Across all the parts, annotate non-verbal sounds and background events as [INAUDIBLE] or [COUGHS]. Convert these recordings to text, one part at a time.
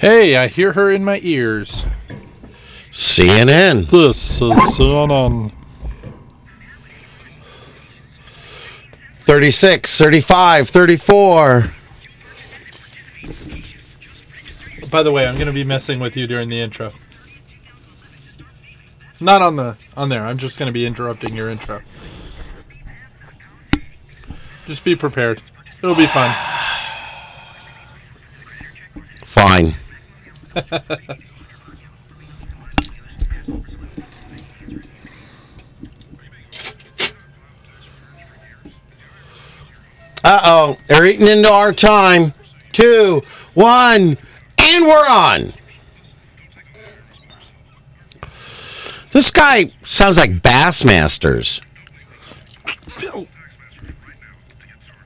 Hey, I hear her in my ears. CNN. This is CNN. 36, 35, 34. By the way, I'm going to be messing with you during the intro. Not on the on there. I'm just going to be interrupting your intro. Just be prepared. It'll be fun. Fine. uh oh, they're eating into our time. Two, one, and we're on. This guy sounds like Bassmasters. Bill,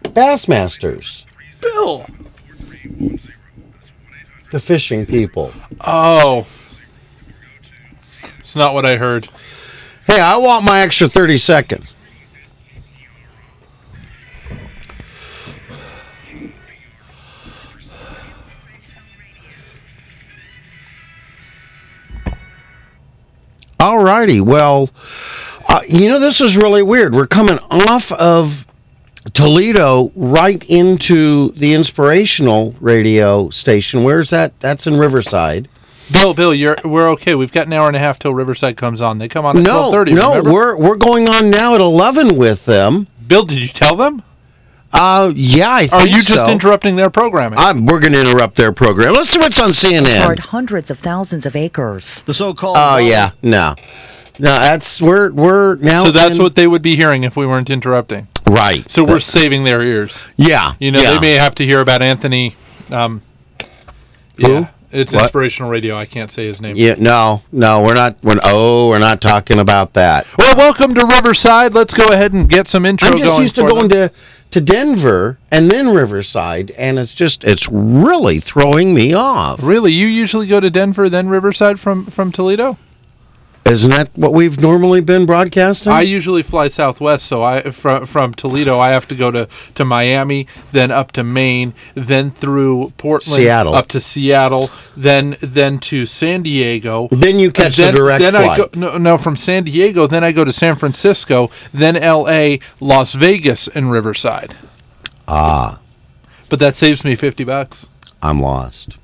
Bassmasters, Bill. the fishing people. Oh. It's not what I heard. Hey, I want my extra 30 seconds. Alrighty, well, uh, you know this is really weird. We're coming off of Toledo right into the inspirational radio station. Where's that? That's in Riverside. Bill, Bill, you're we're okay. We've got an hour and a half till Riverside comes on. They come on at No, 12:30. no, remember? we're we're going on now at eleven with them. Bill, did you tell them? Uh, yeah, I think Or are you just so. interrupting their programming? I'm, we're going to interrupt their program. Let's see what's on Destroyed CNN. hundreds of thousands of acres. The so-called Oh yeah, no, no, that's we're we're now. so that's in- what they would be hearing if we weren't interrupting. right. So we're saving their ears. yeah, You know, yeah. they may have to hear about Anthony. Um, Who? Yeah, it's What? inspirational radio. I can't say his name. Yeah, no, no, we're not. We're, oh, we're not talking about that. Well, welcome to Riverside. Let's go ahead and get some intro I'm just going. used to for going them. to to Denver and then Riverside, and it's just it's really throwing me off. Really, you usually go to Denver then Riverside from from Toledo. Isn't that what we've normally been broadcasting? I usually fly Southwest, so I from from Toledo I have to go to to Miami, then up to Maine, then through Portland, Seattle. up to Seattle, then then to San Diego. then you catch then, the direct then I flight. go no, no from San Diego. Then I go to San Francisco, then L.A., Las Vegas, and Riverside. ah, But that saves me fifty bucks. I'm lost.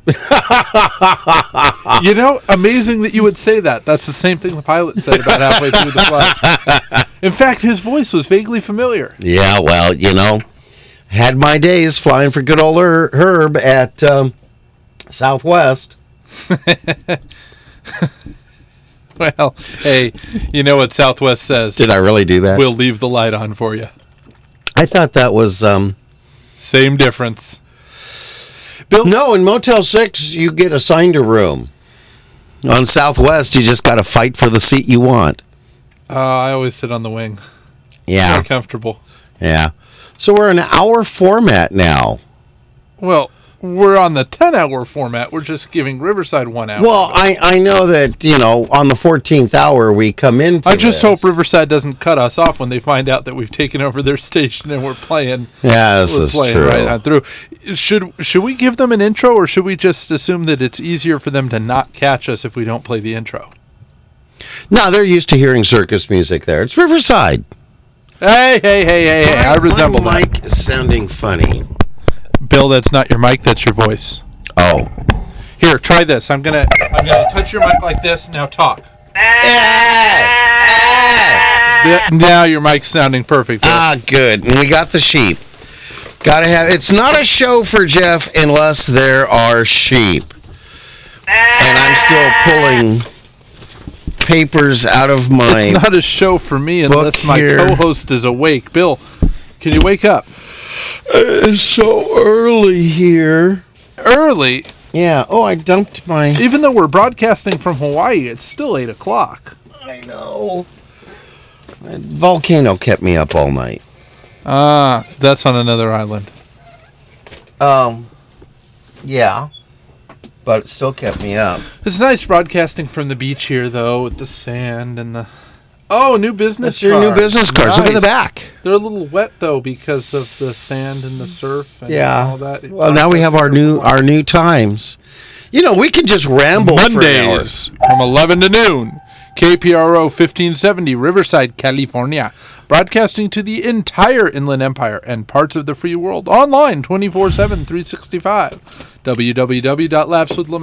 You know, amazing that you would say that. That's the same thing the pilot said about halfway through the flight. [LAUGHS] In fact, his voice was vaguely familiar. Yeah, well, you know, had my days flying for good old Her- Herb at um, Southwest. Well, hey, you know what Southwest says? Did I really do that? We'll leave the light on for you. I thought that was um, Same difference. no. In Motel Six, you get assigned a room. On Southwest, you just got to fight for the seat you want. Uh, I always sit on the wing. Yeah, Very comfortable. yeah. So we're in our format now. Well, we're on the 10 hour format. We're just giving Riverside one hour. Well, I I know that you know on the fourteenth hour we come in. I just hope Riverside doesn't cut us off when they find out that we've taken over their station and we're playing. Yeah, this we're is playing true. right on through. Should should we give them an intro, or should we just assume that it's easier for them to not catch us if we don't play the intro? No, they're used to hearing circus music there. It's Riverside. Hey, hey, hey, hey, hey! I resemble my that. mic is sounding funny. Bill, that's not your mic. That's your voice. Oh. Here, try this. I'm gonna I'm gonna touch your mic like this. Now talk. Th- Now your mic's sounding perfect. Bill. Ah, good. And we got the sheep. Gotta have. It's not a show for Jeff unless there are sheep. And I'm still pulling papers out of my. it's not a show for me unless my here. co-host is awake. Bill, can you wake up It's so early here. early? Yeah. Oh, I dumped my. Even though we're broadcasting from Hawaii, it's still eight o'clock. I know. That Volcano kept me up all night. Ah, that's on another island. Um. Yeah. But it still kept me up. It's nice broadcasting from the beach here, though, with the sand and the. Oh, new business. That's your new cards. business cards. Look at the Nice. back. They're a little wet though because of the sand and the surf and Yeah. all that. Well, now we have our new our new times. You know, we can just ramble for an hour. Mondays from 11 to noon. KPRO 1570, Riverside, California. Broadcasting to the entire Inland Empire and parts of the free world. Online 24 7, 365.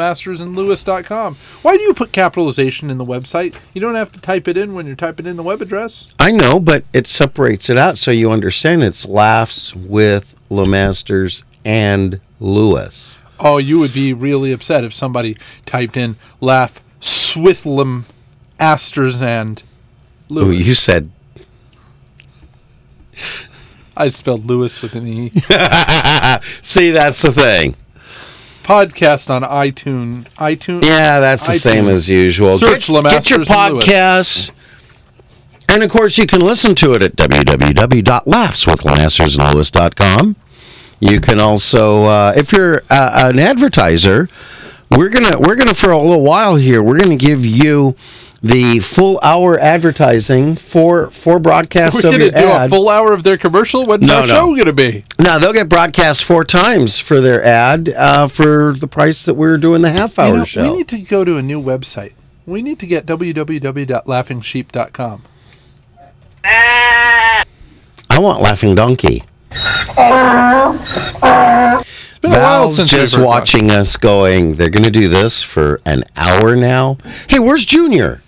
www.lapswithlemastersandlewis.com. Why do you put capitalization in the website? You don't have to type it in when you're typing in the web address. I know, but it separates it out so you understand. It's laughs with Lemasters and Lewis. Oh, you would be really upset if somebody typed in laugh swithlem asters and Ooh, Lewis. you said [LAUGHS] I spelled Lewis with an E. See, that's the thing. podcast on iTunes. iTunes. Yeah, that's the same iTunes. as usual. Search get, get your Lemasters and Lewis. podcasts. And of course, you can listen to it at www.laughswithlemastersandlewis.com. You can also, uh, if you're uh, an advertiser, we're gonna we're gonna for a little while here. We're gonna give you the full hour advertising for for broadcasts We're of gonna your do a ad. full hour of their commercial. When's No, our no. show gonna be? now they'll get broadcast four times for their ad uh, for the price that we're doing the half hour You know, show. We need to go to a new website. We need to get www.laughingsheep.com. I want laughing donkey. It's been a while Val's since just I've heard watching us going, they're going to do this for an hour now. Hey, where's Junior?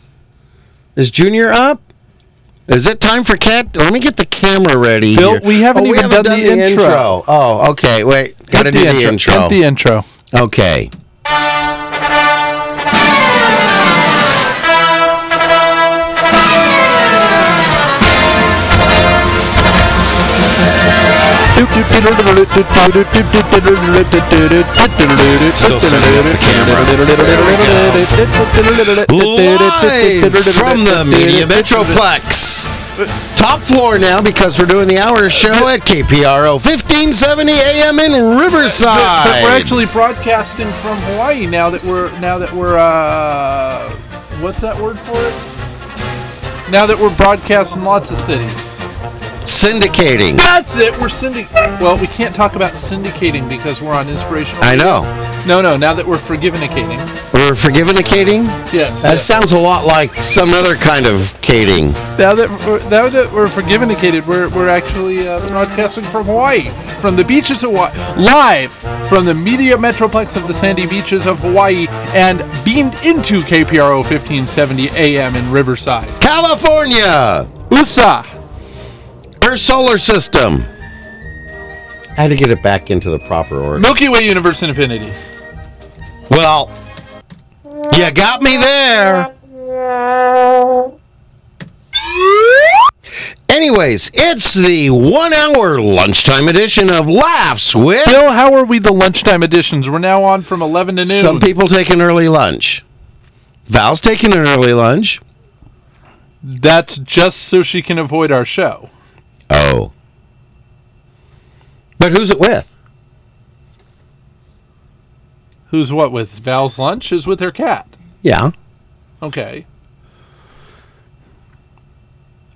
Is Junior up? Is it time for cat? Let me get the camera ready. Bill, here. we haven't even done the intro. Oh, okay. Wait, that. got to do the intro. Hit the intro. Okay. Still setting up the Live from the Media Metroplex. Top floor now because we're doing the hour show at KPRO 1570 AM in Riverside. But, but we're actually broadcasting from Hawaii now that we're now that we're uh, what's that word for it? Now that we're broadcasting lots of cities. syndicating. That's it. We're syndic. Well, we can't talk about syndicating because we're on inspirational. I know. no, no. Now that we're forgivenicating. We're forgivenicating? Yes. That yes. sounds a lot like some other kind of cating. Now that we're, now that we're forgivenicated, we're we're actually uh, broadcasting from Hawaii, from the beaches of Hawaii, live from the media metroplex of the sandy beaches of Hawaii, and beamed into KPRO 1570 AM in Riverside. California! USA. Earth solar system. I had to get it back into the proper order. Milky Way Universe and Infinity. Well, you got me there. Anyways, it's the one hour lunchtime edition of Laughs with Bill, how are we the lunchtime editions? We're now on from 11 to noon. Some people take an early lunch. Val's taking an early lunch. That's just so she can avoid our show. Oh. But who's it with? Who's what with? Val's lunch is with her cat. Yeah. Okay.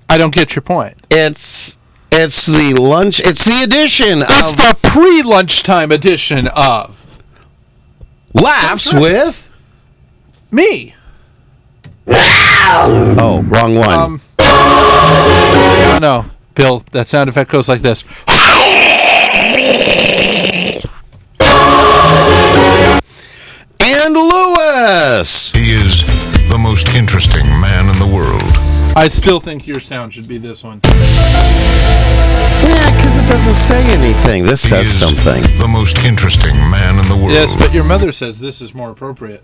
I don't get your point. It's it's the lunch it's the edition It's of the pre lunchtime edition of Laughs with me. Oh, wrong one. Um, no, no, Bill, that sound effect goes like this. and Lewis. He is the most interesting man in the world. I still think your sound should be this one. Yeah, because it doesn't say anything. This He says is something. The most interesting man in the world. Yes, but your mother says this is more appropriate.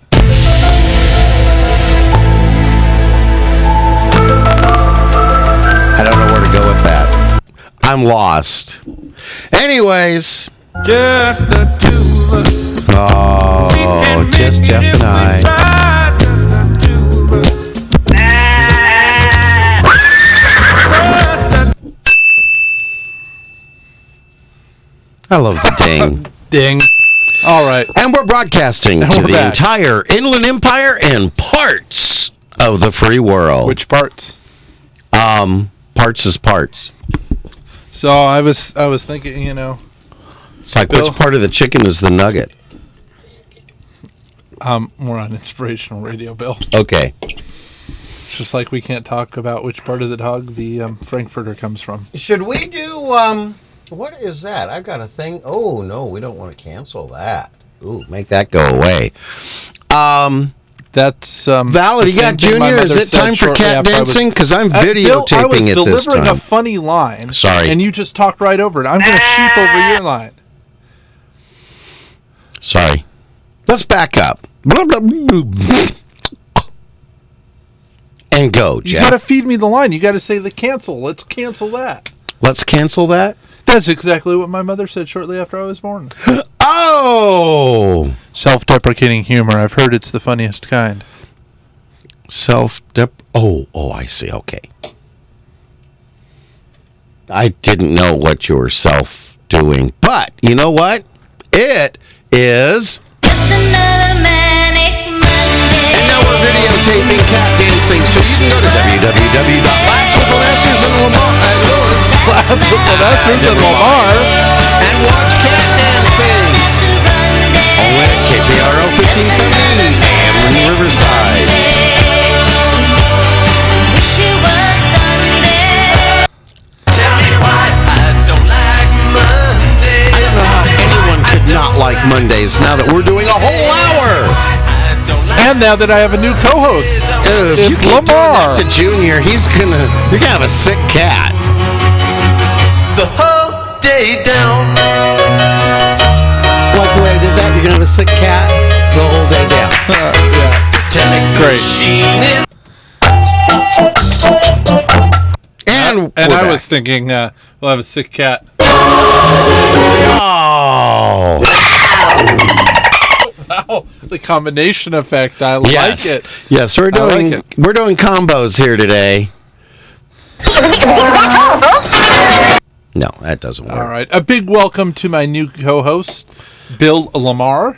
I don't know where to go with that. I'm lost. Anyways, Just the two of us. oh, just Jeff and I. Five of the two of us. I love the [LAUGHS] ding. Ding. All right. And we're broadcasting And to we're the back. entire Inland Empire and parts of the free world. Which parts? um, parts is parts. So I was I was thinking, you know, It's like Bill. which part of the chicken is the nugget? Um, more on inspirational radio, Bill. Okay. It's just like we can't talk about which part of the dog the um, Frankfurter comes from. Should we do um what is that? I've got a thing. Oh no, we don't want to cancel that. Ooh, make that go away. Um That's um, Val, the have you got same thing my Junior? Is mother it said time for shortly cat after I was- dancing? Because I'm Uh, Bill, I was videotaping it this delivering a time. funny line. Sorry. And you just talked right over it. I'm going to sheep over your line. Sorry. Let's back up. And go, You got Jeff. to feed me the line. You got to say the cancel. Let's cancel that. Let's cancel that. [GASPS] That's exactly what my mother said shortly after I was born. Oh, Self deprecating humor. I've heard it's the funniest kind. self dep. Oh, oh, I see. Okay. I didn't know what you were self doing, but you know what? It is. Just another manic Monday. And now we're videotaping cat dancing, so you can go to www.lapswithmasters and watch cat dancing. To Monday. Only at KPRO 1570 AM in Riverside. Wish it was Sunday. I don't know how anyone could not like Mondays now that we're doing a whole hour. And now that I have a new co host, Oh, if you It's keep doing that Lamar. to Junior, he's gonna you're gonna have a sick cat. The whole day down. Like the way I did that, you're gonna have a sick cat the whole day down. Telex Great. machine is And [LAUGHS] and we're I back. was thinking, uh, we'll have a sick cat. [LAUGHS] oh [LAUGHS] Wow, Oh, the combination effect. I yes like it. yes we're like doing it. we're doing combos here today. No, that doesn't work. All right. A big welcome to my new co host, Bill Lamar.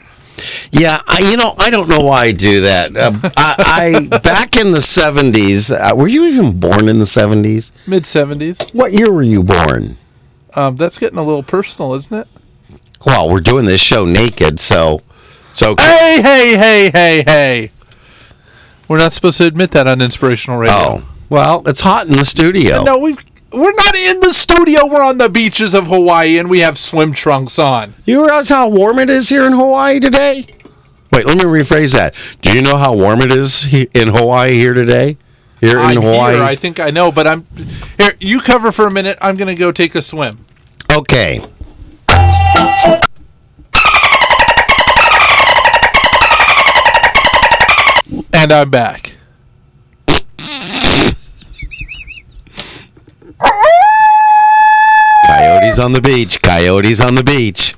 Yeah, I, you know, I don't know why I do that. Um, I, I back in the '70s. Uh, were you even born in the '70s? Mid 70s. What year were you born? Um, that's getting a little personal, isn't it? Well, we're doing this show naked, so so Hey, hey, hey, hey, hey. We're not supposed to admit that on inspirational radio. oh well, it's hot in the studio. No, we've we're not in the studio. We're on the beaches of Hawaii, and we have swim trunks on. You realize how warm it is here in Hawaii today? Wait, let me rephrase that. Do you know how warm it is he- in Hawaii here today? Here in I'm Hawaii. here. I think I know, but I'm here. You cover for a minute. I'm gonna go take a swim. Okay. And I'm back. Coyotes on the beach. Coyotes on the beach.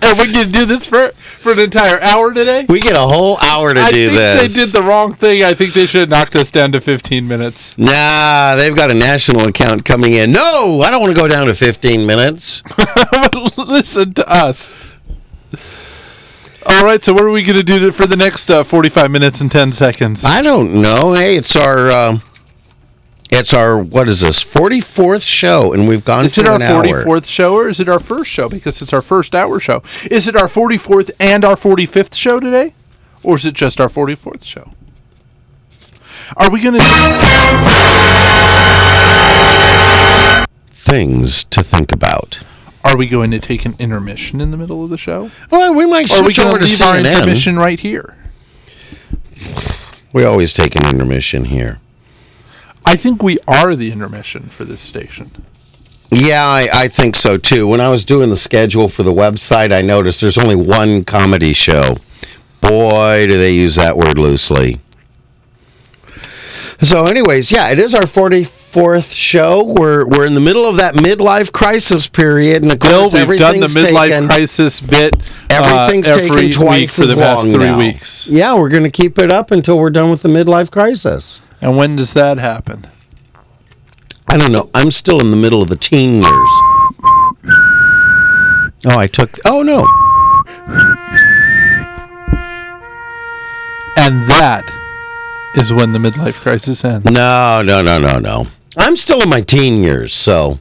And we can do this for for an entire hour today. We get a whole hour to I do think this. they did the wrong thing. I think they should have knocked us down to 15 [LAUGHS] minutes. nah, they've got a national account coming in. No, I don't want to go down to 15 minutes. Listen to us. All right, so what are we going to do for the next uh, 45 minutes and 10 seconds? I don't know. Hey, it's our um, it's our what is this? 44th show and we've gone Is to it our an hour. 44th show or is it our first show? Because it's our first hour show. Is it our 44th and our 45th show today? Or is it just our 44th show? Are we going to. Things to think about. Are we going to take an intermission in the middle of the show? Well, we might Or are we switch going over to to leave our CNN. intermission right here? We always take an intermission here. I think we are the intermission for this station. Yeah, I, I think so too. When I was doing the schedule for the website, I noticed there's only one comedy show. Boy, do they use that word loosely. So, anyways, yeah, it is our 44th show. We're we're in the middle of that midlife crisis period, and of Bill, course, we've done the everything's midlife taken- crisis bit. uh, Everything's every taken week twice for the as past long three now. weeks. Yeah, we're going to keep it up until we're done with the midlife crisis. And when does that happen? I don't know. I'm still in the middle of the teen years. Oh, I took. Oh no. And that is when the midlife crisis ends. No, no, no, no, no. I'm still in my teen years, so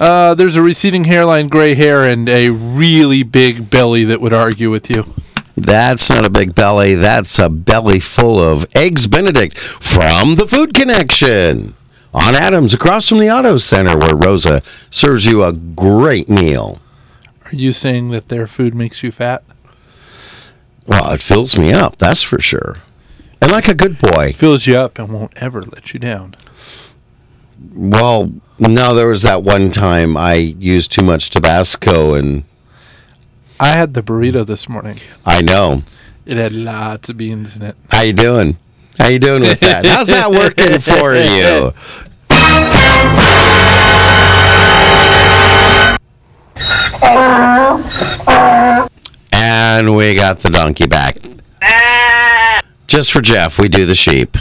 Uh, there's a receding hairline, gray hair, and a really big belly that would argue with you. That's not a big belly. That's a belly full of eggs Benedict from the Food Connection on Adams across from the Auto Center, where Rosa serves you a great meal. Are you saying that their food makes you fat? Well, it fills me up, that's for sure. And like a good boy. Fills you up and won't ever let you down. Well, no, there was that one time I used too much Tabasco, and I had the burrito this morning. I know. It had lots of beans in it. How you doing? How you doing with that? How's that [LAUGHS] working for you? And we got the donkey back. Just for Jeff, we do the sheep.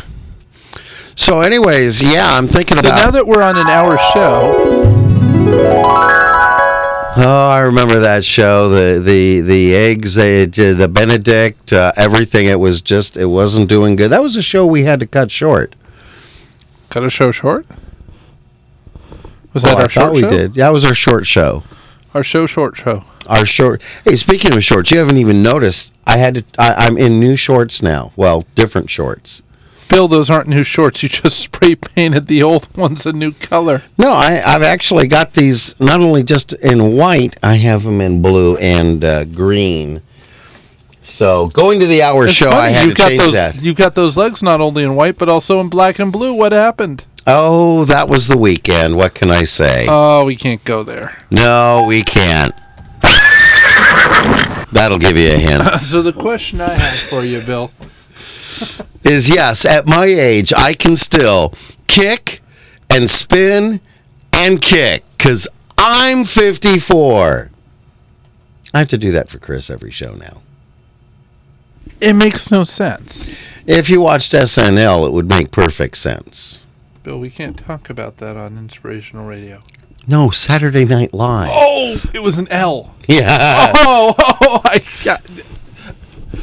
So, anyways, yeah, I'm thinking So now about. that we're on an hour show, oh, I remember that show. The the the eggs, they, did the Benedict, uh, everything. It was just, it wasn't doing good. That was a show we had to cut short. cut a show short. Was Oh, that I our short thought we show? did. That was our short show. Our show short show. Our short. Hey, speaking of shorts, you haven't even noticed. I had to. I, I'm in new shorts now. Well, different shorts. Bill, those aren't new shorts. You just [LAUGHS] spray painted the old ones a new color. No, I, I've actually got these not only just in white. I have them in blue and uh, green. So going to the hour It's show, funny, I had to you've got change those, that. You've got those legs not only in white but also in black and blue. What happened? Oh, that was the weekend. What can I say? Oh, we can't go there. [LAUGHS] no, we can't. [LAUGHS] That'll give you a hint. So the question I have for you, Bill. is yes, at my age, I can still kick and spin and kick because I'm 54. I have to do that for Chris every show now. It makes no sense. If you watched SNL, it would make perfect sense. Bill, we can't talk about that on inspirational radio. No, Saturday Night Live. Oh, it was an L. [LAUGHS] Yeah. Oh, [LAUGHS] oh I got,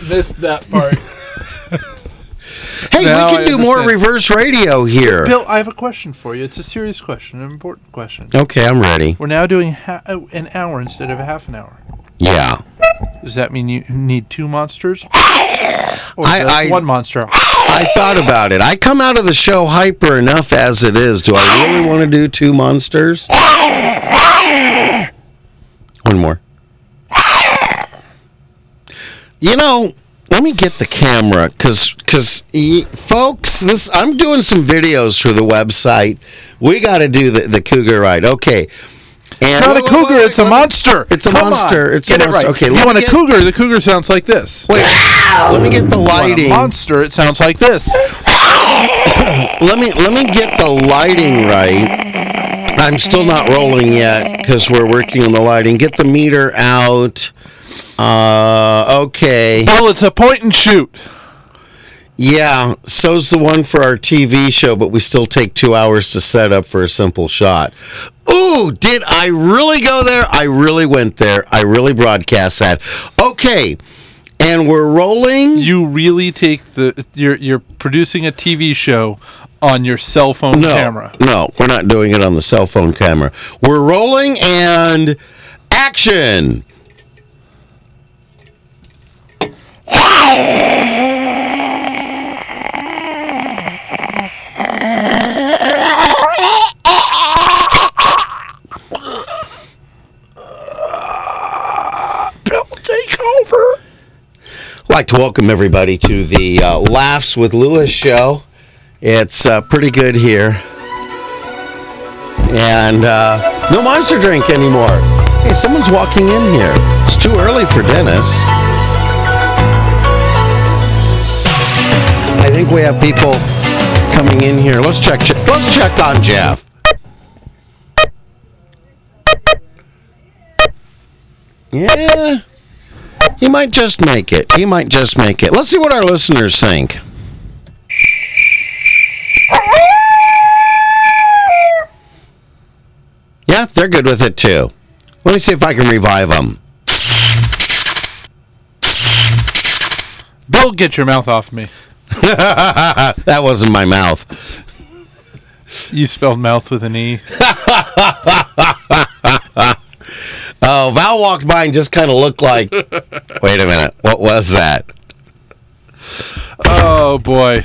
missed that part. Oh, Hey, now we I can do more understand. reverse radio here. Bill, I have a question for you. It's a serious question, an important question. Okay, I'm ready. We're now doing ha- an hour instead of half an hour. Yeah. Does that mean you need two monsters? Or I- just I- one monster. I thought about it. I come out of the show hyper enough as it is. Do I really want to do two monsters? One more. You know, let me get the camera because, because, folks, this I'm doing some videos for the website. We got to do the, the cougar ride. Okay. And It's not a Wait, wait, cougar, wait, it's a wait, monster. It's a Come on, monster. It's a get it monster. right. Okay, If let you me want a get- cougar, the cougar sounds like this. Wait, let me get the If you want a lighting. monster, it sounds like this. let me let me get the lighting right. I'm still not rolling yet because we're working on the lighting. Get the meter out. Uh, okay. Well, it's a point and shoot. Yeah, so's the one for our TV show, but we still take two hours to set up for a simple shot. Ooh, did I really go there? I really went there. I really broadcast that. Okay, and we're rolling. You really take the you're you're producing a TV show on your cell phone no, camera. No, we're not doing it on the cell phone camera. We're rolling and action. Take over. I'd like to welcome everybody to the uh, Laughs with Lewis show. It's uh, pretty good here. And uh, no monster drink anymore. Hey, someone's walking in here. It's too early for Dennis. I think we have people coming in here. Let's check. check let's check on Jeff. Yeah. He might just make it. He might just make it. Let's see what our listeners think. Yeah, they're good with it too. Let me see if I can revive them. Bill, get your mouth off me. that wasn't my mouth. You spelled mouth with an E. Oh, Val walked by and just kind of [LAUGHS] looked like, wait a minute, what was that? Oh boy.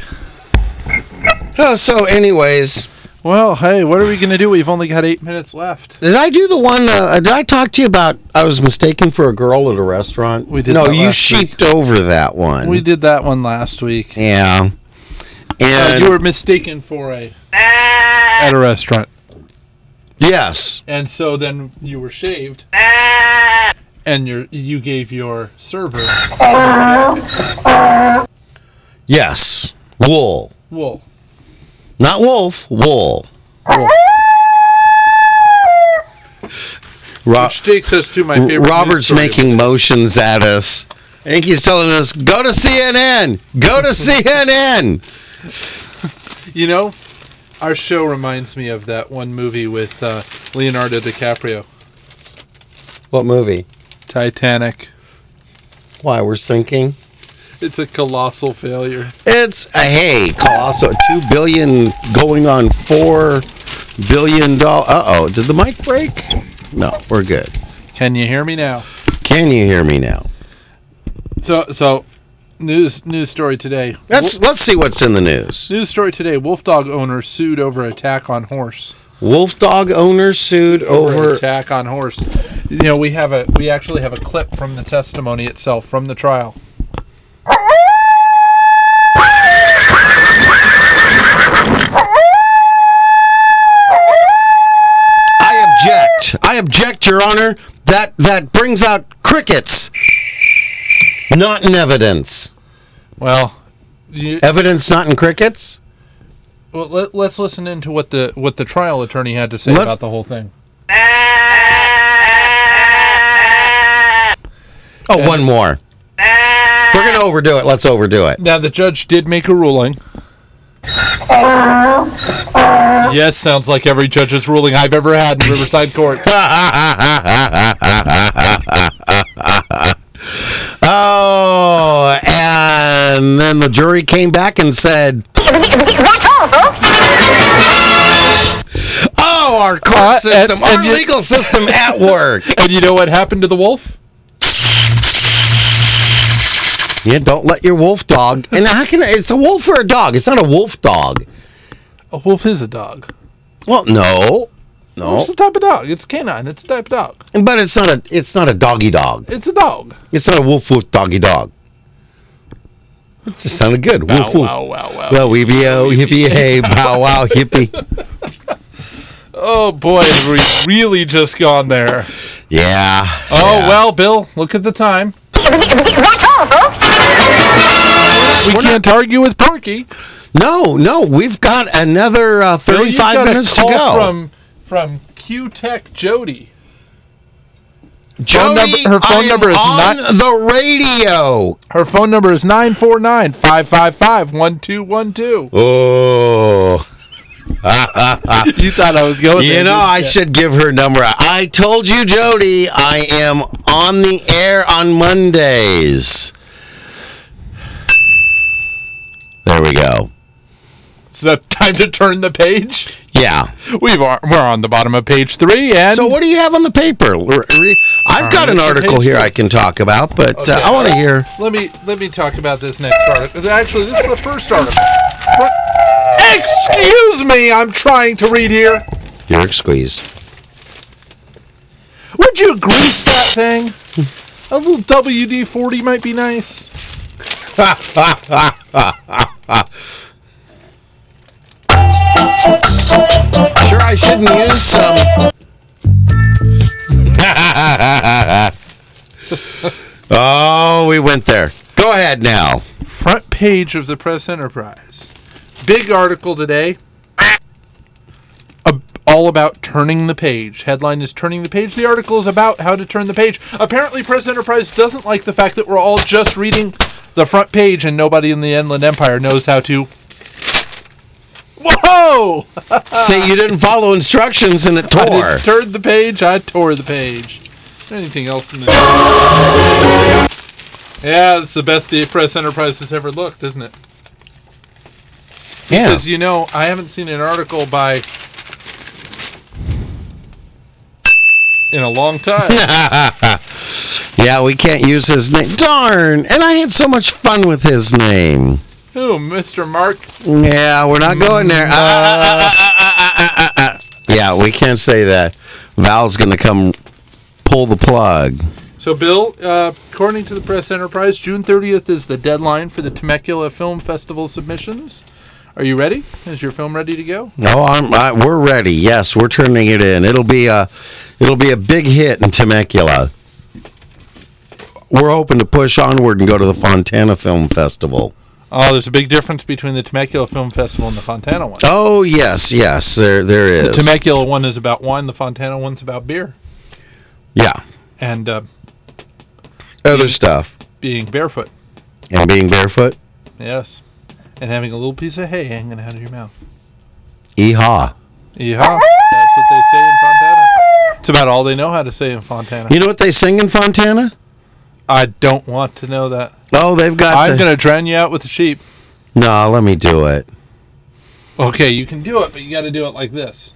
Oh, so anyways, Well, hey, what are we gonna do? We've only got eight minutes left. did I do the one? Uh, did I talk to you about? I was mistaken for a girl at a restaurant. We did No, that you last week. sheeped over that one. We did that one last week. Yeah. Uh, And you were mistaken for a at a restaurant, yes, and so then you were shaved, and your you gave your server yes, wool, wool. not wolf, wool. Ro- Which takes us to my favorite. news Robert's story. making motions at us. I think he's telling us, "Go to CNN, go to CNN." You know, our show reminds me of that one movie with uh, Leonardo DiCaprio, What movie? Titanic. Why we're sinking? It's a colossal failure. It's a hey, colossal two billion going on four billion dollar. Uh oh, did the mic break? No, we're good. Can you hear me now? Can you hear me now? So so, news news story today. Let's let's see what's in the news. News story today: Wolf dog owner sued over attack on horse. Wolf dog owner sued over over. attack on horse. You know, we have a we actually have a clip from the testimony itself from the trial. I object. I object, Your Honor. That that brings out crickets. Not in evidence. Well, you, Evidence not in crickets. well let, let's listen into what the what the trial attorney had to say Let's- about the whole thing. Oh, one more. We're gonna overdo it. Let's overdo it. [LAUGHS] Now the judge did make a ruling. yes, sounds like every judge's ruling I've ever had in Riverside Court. Oh, and then the jury came back and said, "Oh, our court Uh, and- system, our and you- legal system at work." And you know what happened to the wolf? [LAUGHS] Yeah, don't let your wolf dog. And how can it's a wolf or a dog? It's not a wolf dog. A wolf is a dog. Well, no, no, It's the type of dog. It's canine. It's the type of dog. but it's not a it's not a doggy dog. It's a dog. It's not a wolf wolf doggy dog. It just sounded good. Wolf wolf. wow, wow. Well, we be oh hippie hey bow wow hippie. Oh boy, have we really just gone there. Yeah. Oh well, Bill, look at the time. We can't argue with Porky. No, no, we've got another uh, Bill, you've got 35 a minutes to call go. From from Q Tech Jody. phone Jody, number- her phone I am number is on not- the radio. Her phone number is 949-555-1212. Oh. You thought I was going You there, know, I didn't should give her number. I told you, Jody, I am on the air on Mondays. There we go. It's the time to turn the page. Yeah. We've are, we're on the bottom of page three, and So, what do you have on the paper? Re- re- I've got an Mr. article Page. here I can talk about, but uh, Okay. I want to hear. let me let me talk about this next article. Actually, this is the first article. Fr- Excuse me, I'm trying to read here. You're squeezed. Would you grease that thing? A little WD 40 might be nice. [LAUGHS] Sure, I shouldn't use some. oh, we went there. Go ahead now. Front page of the Press Enterprise. Big article today. Ab- All about turning the page. Headline is turning the page. The article is about how to turn the page. Apparently, Press Enterprise doesn't like the fact that we're all just reading the front page and nobody in the Inland Empire knows how to. Whoa! See, you didn't follow instructions and it Uh, I tore. didn't turn the page. I tore the page. Anything else in the Yeah, it's the best the Press Enterprise has ever looked, isn't it? Yeah. Because you know, I haven't seen an article by in a long time. Yeah, we can't use his name. Darn! And I had so much fun with his name. Who, Mr. Mark? Yeah, we're not going there. Ah, ah, ah, ah, ah, ah, ah, ah, ah. Yeah, we can't say that. Val's going to come pull the plug. So, Bill, uh, according to the Press Enterprise, June 30th is the deadline for the Temecula Film Festival submissions. Are you ready? Is your film ready to go? No, I'm, I, we're ready. Yes, we're turning it in. It'll be a, it'll be a big hit in Temecula. We're hoping to push onward and go to the Fontana Film Festival. Oh, there's a big difference between the Temecula Film Festival and the Fontana one. Oh yes, yes, there there The is. Temecula one is about wine, the Fontana one's about beer yeah, and uh, other stuff being barefoot. and being barefoot. Yes. And having a little piece of hay hanging out of your mouth. Eha. Yeehaw. That's what they say in Fontana. It's about all they know how to say in Fontana. You know what they sing in Fontana? I don't want to know that. Oh, they've got. I'm the- going to drown you out with the sheep. No, let me do it. Okay, you can do it, but you got to do it like this.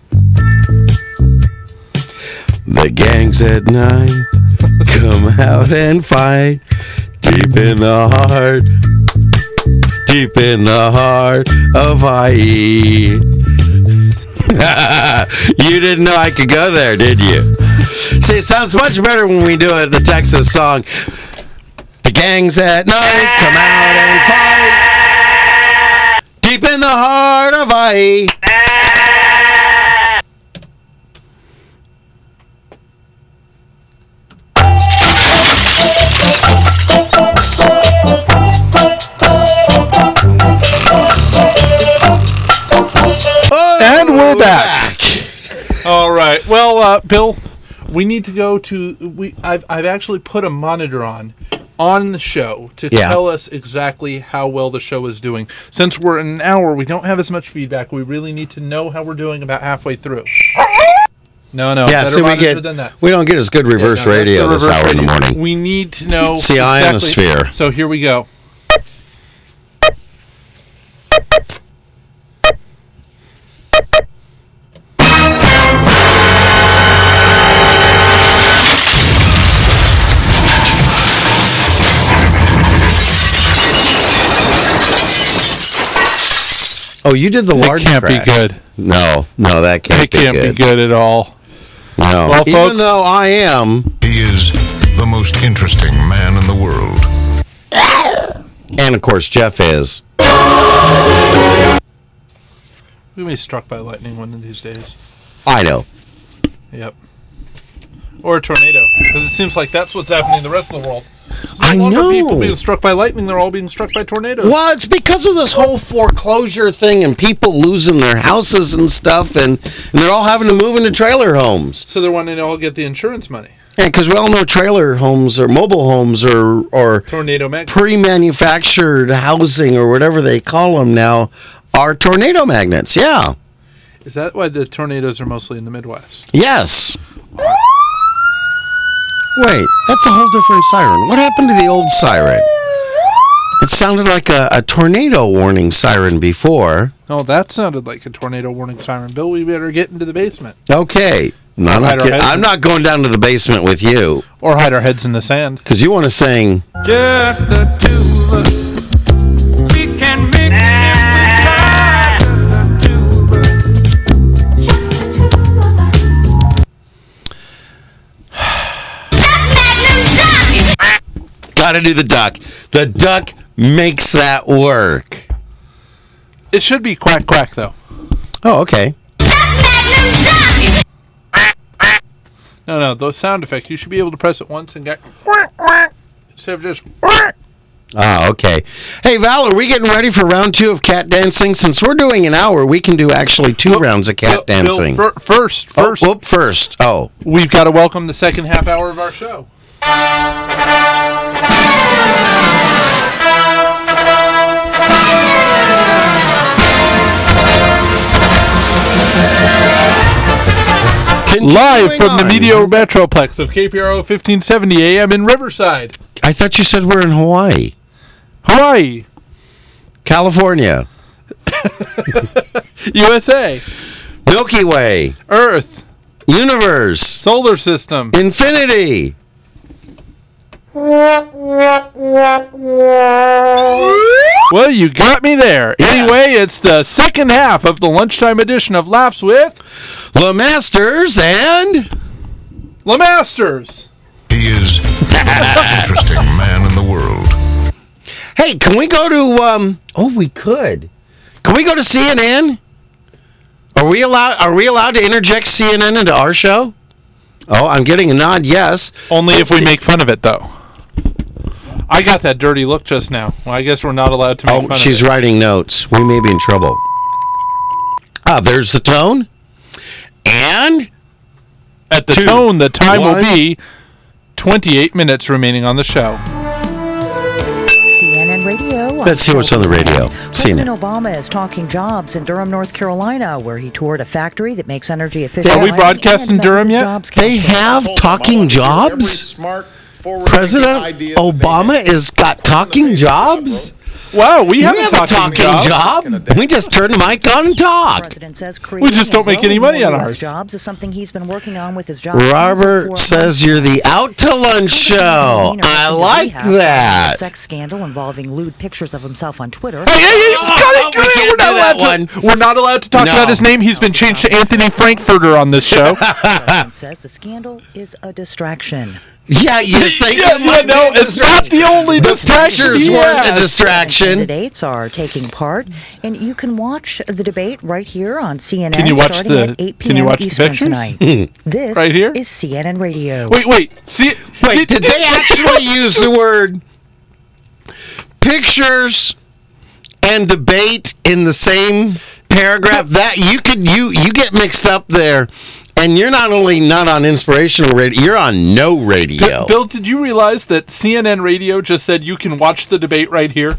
The gangs at night come out and fight deep in the heart, deep in the heart of IE. [LAUGHS] you didn't know I could go there, did you? See, it sounds much better when we do it the Texas song. The gangs at night come out and fight deep in the heart of IE. Oh! And we're back. All right. Well, uh, Bill, we need to go to we. I've I've actually put a monitor on on the show to Yeah. tell us exactly how well the show is doing. Since we're in an hour, we don't have as much feedback. We really need to know how we're doing about halfway through. No, no. Yeah, better so we monitor get than that. we don't get as good Yeah, no, reverse that's the radio this reverse hour in the radio. morning. We need to know. It's the ionosphere. So here we go. Oh, you did the large. crack. good. No, no, [LAUGHS] that can't, It can't be good. good at all. No, Well, even folks- though I am He is the most interesting man in the world. and of course Jeff is. We may be struck by lightning one of these days. I know. Yep. Or a tornado, because it seems like that's what's happening in the rest of the world. It's no I longer know. people being struck by lightning; they're all being struck by tornadoes. Well, it's because of this whole foreclosure thing and people losing their houses and stuff, and, and they're all having to move into trailer homes. So they're wanting to all get the insurance money. Yeah, because we all know trailer homes or mobile homes or or Tornado mag. pre-manufactured housing or whatever they call them now are tornado magnets. Yeah. Is that why the tornadoes are mostly in the Midwest? Yes. Wait, that's a whole different siren. What happened to the old siren? It sounded like a, a tornado warning siren before. Oh, that sounded like a tornado warning siren. Bill, we better get into the basement Okay. No, I'm, not Hide our kid- heads I'm in- not going down to the basement with you or hide our heads in the sand. because you want to sing. Just the two of us. We can make it if we try. Just the two of us. Got to do the duck. The duck makes that work. It should be quack quack though. Oh, okay. No, no, those sound effects. You should be able to press it once and get instead of just. Ah, okay. Hey, Val, are we getting ready for round two of cat dancing? Since we're doing an hour, we can do actually two rounds of cat Bill- Bill, dancing. fir- first, Oh, first, whoop, first. Oh, we've got to welcome the second half hour of our show. Live from the Meteor Metroplex of KPRO 1570 AM in Riverside, I thought you said we're in Hawaii, Hawaii, California, USA, Milky Way, Earth, universe, Solar system. infinity. Well, you got me there. Anyway, it's the second half of the lunchtime edition of Laughs with The Masters and Lemasters. He is the [LAUGHS] most interesting man in the world. hey, can we go to um? Oh, we could. Can we go to CNN? Are we allowed? Are we allowed to interject CNN into our show? Oh, I'm getting a nod. Yes. Oh, Only if we make fun of it, though. I got that dirty look just now. Well, I guess we're not allowed to make Oh, fun she's of it. writing notes. We may be in trouble. Ah, there's the tone. And At the Two, tone, the time one. will be 28 minutes remaining on the show. CNN Radio. Let's hear what's on the radio. President CNN. Obama is talking jobs in Durham, North Carolina, where he toured a factory that makes energy efficient. Are we lighting broadcast and in met with Durham his yet? jobs they council. have talking jobs. President Obama is got talking jobs. Wow, we have, we have a a talking job. We just turn the mic on and The talk. president says creating just don't and make any growing money more on US ours. Jobs is something he's been working on with his job. council for a Robert says you're the out to lunch show. I like that. Sex scandal involving lewd pictures of himself [LAUGHS] on Twitter. Hey, hey, hey, Oh, cut it, we cut it. can't We're do not that allowed to. We're not allowed to talk No. about his name. He's been changed to Anthony Frankfurter on this [LAUGHS] show. President says the scandal is a distraction. Yeah, you think yeah, it might yeah, no, be a it's not distraction. the only the distraction. pictures he weren't a has. distraction. Candidates are taking part, and you can watch the debate right here on CNN. Can you watch starting the- at 8 p.m. can you watch the Eastern pictures? tonight? [LAUGHS] this Right here? is CNN Radio. Wait, wait. See, Wait, did they actually use the word pictures and debate in the same paragraph? That you could you you get mixed up there, and you're not only not on inspirational radio, you're on no radio. Bill, did you realize that CNN Radio just said you can watch the debate right here?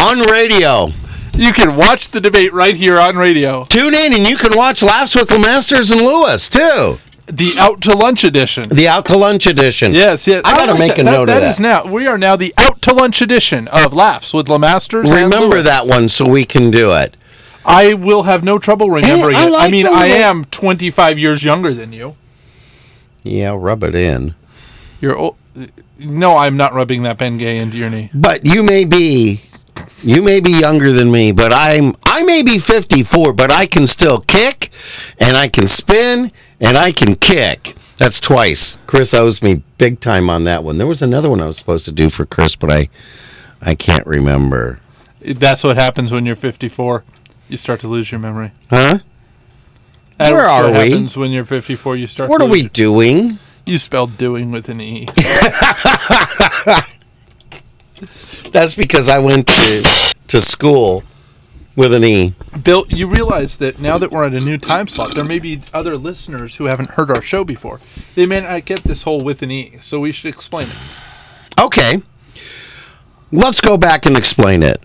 on radio. You can watch the debate right here on radio. Tune in and you can watch Laughs with the Masters and Lewis too. The Out to Lunch edition. The Out to Lunch edition. Yes, yes. I gotta like make that. a note of That that. is now. We are now the Out to Lunch edition of Laughs with Lamasters. and Remember Lewis. that one so we can do it. I will have no trouble remembering I it. I like mean, the I little- am 25 years younger than you. Yeah, rub it in. You're old. No, I'm not rubbing that Bengay into your knee. but you may be you may be younger than me but i'm i may be 54 but i can still kick and i can spin and i can kick that's twice chris owes me big time on that one there was another one i was supposed to do for chris but i i can't remember That's what happens when you're 54. You start to lose your memory. huh That's Where are what we? happens when you're 54. You start. what to are lose we your- doing You spelled doing with an e. that's because i went to to school with an e Bill, you realize that now that we're at a new time slot, there may be other listeners who haven't heard our show before. They may not get this whole with an e, so we should explain it. okay let's go back and explain it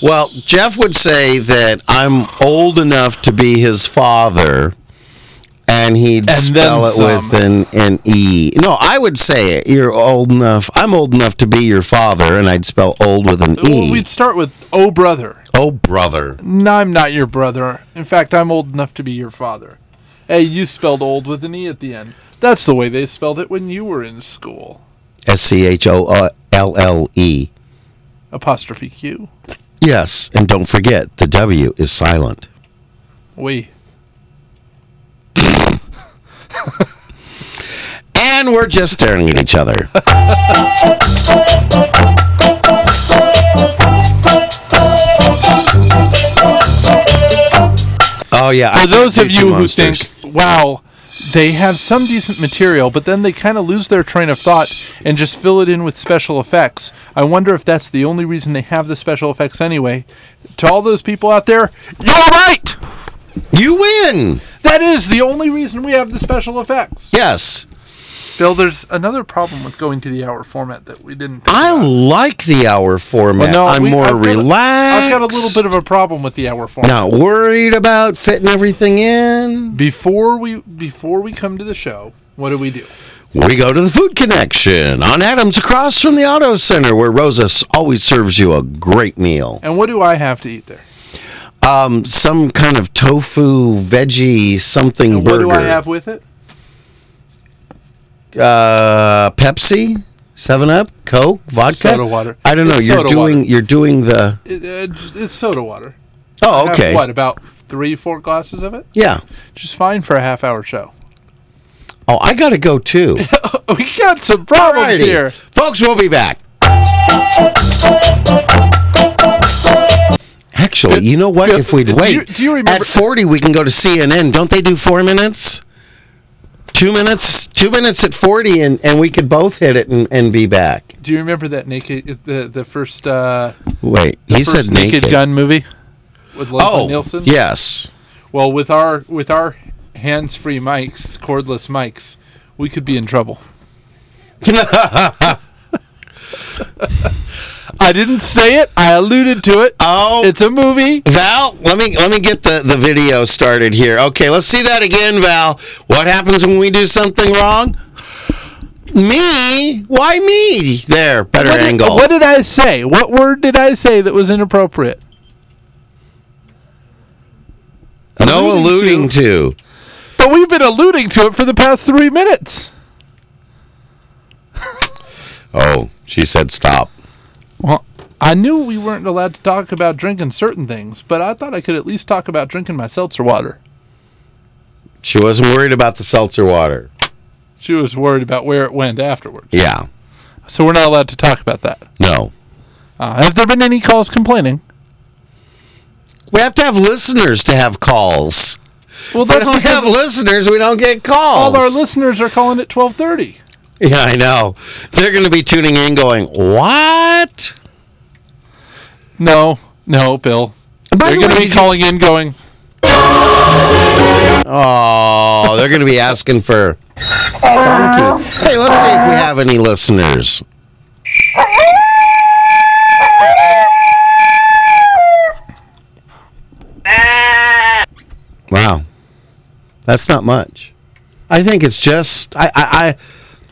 Well, Jeff would say that I'm old enough to be his father, and he'd then spell it some. with an, an E. No, I would say it. You're old enough. I'm old enough to be your father, and I'd spell old with an Well, E. we'd start with "Oh brother." Oh, brother. No, I'm not your brother. In fact, I'm old enough to be your father. Hey, you spelled old with an e at the end. That's the way they spelled it when you were in school. S C H O L L E. Apostrophe Q. Yes, and don't forget the W is silent. We. And we're just staring at each other. oh yeah. I For those can't of do two you who monsters. think, wow, they have some decent material, but then they kind of lose their train of thought and just fill it in with special effects, I wonder if that's the only reason they have the special effects anyway. To all those people out there, you're right! you win, That is the only reason we have the special effects. yes, Bill, there's another problem with going to the hour format that we didn't. think I about. like the hour format. Well, no, I'm we- more I've got a- relaxed. I've got a little bit of a problem with the hour format. not worried about fitting everything in. Before we before we come to the show, what do we do? we go to the Food Connection on Adams across from the Auto Center where Rosa s- always serves you a great meal. And what do I have to eat there? Um, some kind of tofu veggie something And what burger. do I have with it? Uh, Pepsi, Seven Up, Coke, vodka, Soda water. I don't know. It's you're soda doing water. you're doing the. It- uh, j- it's soda water. I Oh, have, okay. what about three, four glasses of it? Yeah. Just fine for a half-hour show. Oh, I gotta go too. [LAUGHS] We got some problems Alrighty. here. Folks, we'll be back. Actually, you know what? Bill, If we'd do wait, you- do you remember- at 40, we can go to CNN. Don't they do four minutes? Two minutes? Two minutes at 40, and, and we could both hit it and, and be back. Do you remember that naked the the first uh, Wait, he first said naked. Gun movie with Leslie oh, Nielsen? yes. Well, with our with our hands-free mics, cordless mics, we could be in [LAUGHS] trouble. [LAUGHS] I didn't say it. I alluded to it. Oh, It's a movie. Val, let me let me get the, the video started here. Okay, let's see that again, Val. What happens when we do something wrong? Me? Why me? There, better What did- angle. what did I say? What word did I say that was inappropriate? no alluding alluding to. But we've been alluding to it for the past three minutes. Oh, she said stop. Well, I knew we weren't allowed to talk about drinking certain things, but I thought I could at least talk about drinking my seltzer water. She wasn't worried about the seltzer water. She was worried about where it went afterwards. Yeah. So we're not allowed to talk about that. No. Uh, have there been any calls complaining? We have to have listeners to [LAUGHS] have calls. Well, But that's if we have because listeners, we don't get calls. all our listeners are calling at 12:30. yeah, I know. They're going to be tuning in going, what? No, no, Bill. By They're the going way, to be did you- calling in, going, Oh, they're going to be asking for. Thank you. Hey, let's see if we have any listeners. Wow, that's not much. I think it's just I I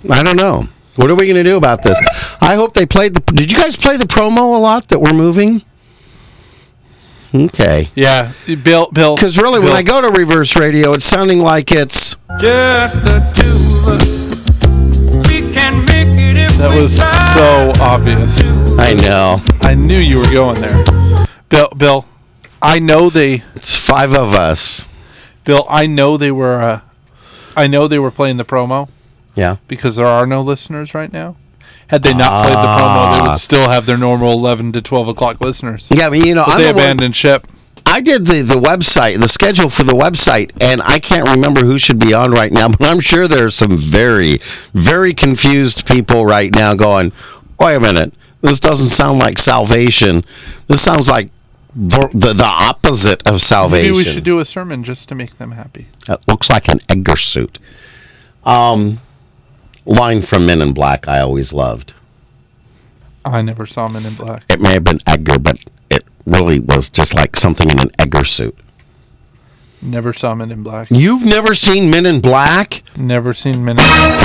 I, I don't know. What are we going to do about this? I hope they played the. Did you guys play the promo a lot that we're moving? Okay. "Yeah, Bill, Bill." Because really, when Bill. I go to reverse radio, it's sounding like it's Just the two of us. We can make it if that we was try. so obvious. I know. I knew you were going there, Bill. Bill, I know they. It's five of us. Bill, I know they were. Uh, I know they were playing the promo Yeah. because there are no listeners right now. Had they not played the promo, they would still have their normal eleven to twelve o'clock listeners. Ah. Yeah, but you know, But I'm they the one- abandoned ship. I did the, the website, the schedule for the website, and I can't remember who should be on right now, [LAUGHS] but I'm sure there are some very, very confused people right now going, wait a minute, this doesn't sound like salvation. This sounds like the, the, the opposite of salvation. Maybe we should do a sermon just to make them happy. It looks like an Edgar suit. Um, line from Men in Black I always loved. I never saw Men in Black. It may have been Edgar, but it really was just like something in an Edgar suit. Never saw Men in Black. You've never seen Men in Black? Never seen Men in Black.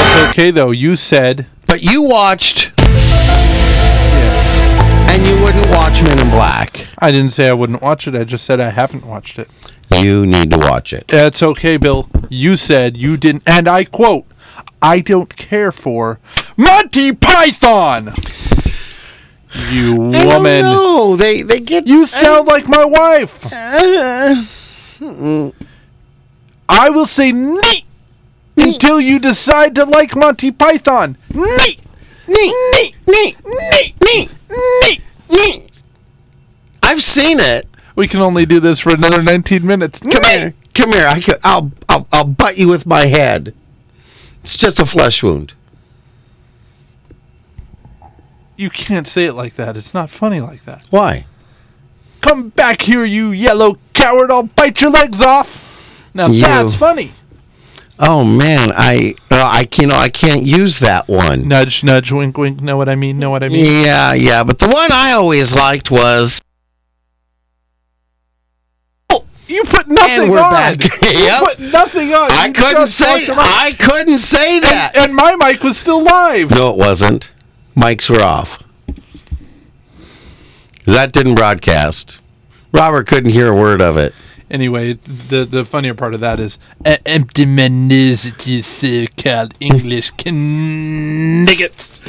That's okay though. You said But you watched, yes. and you wouldn't watch Men in Black. I didn't say I wouldn't watch it. I just said I haven't watched it. You need to watch it. That's okay, Bill. You said you didn't, and I quote, I don't care for Monty Python! You woman. No, they they get uh, You sound like my wife! I will say neat until you decide to like Monty Python. Neat! Neat! Neat! Neat! Neat! Neat! Neat! I've seen it. We can only do this for another 19 minutes. Come here, come here. I could, I'll, I'll I'll butt you with my head. It's just a flesh wound. You can't say it like that. It's not funny like that. Why? Come back here, you yellow coward. I'll bite your legs off. Now You. that's funny. Oh man, I uh, I you know I can't use that one. Nudge, nudge, wink, wink. Know what I mean? Know what I mean? Yeah, yeah, but the one I always liked was Oh, You put nothing we're on. back. [LAUGHS] Yep. You put nothing on. I You couldn't just say. talked about- I couldn't say [LAUGHS] that. and uh, my mic was still live. No, it wasn't. Mics were off. That didn't broadcast. Robert couldn't hear a word of it. Anyway, the the funnier part of that is "I empty my nose at you so-called English kniggets.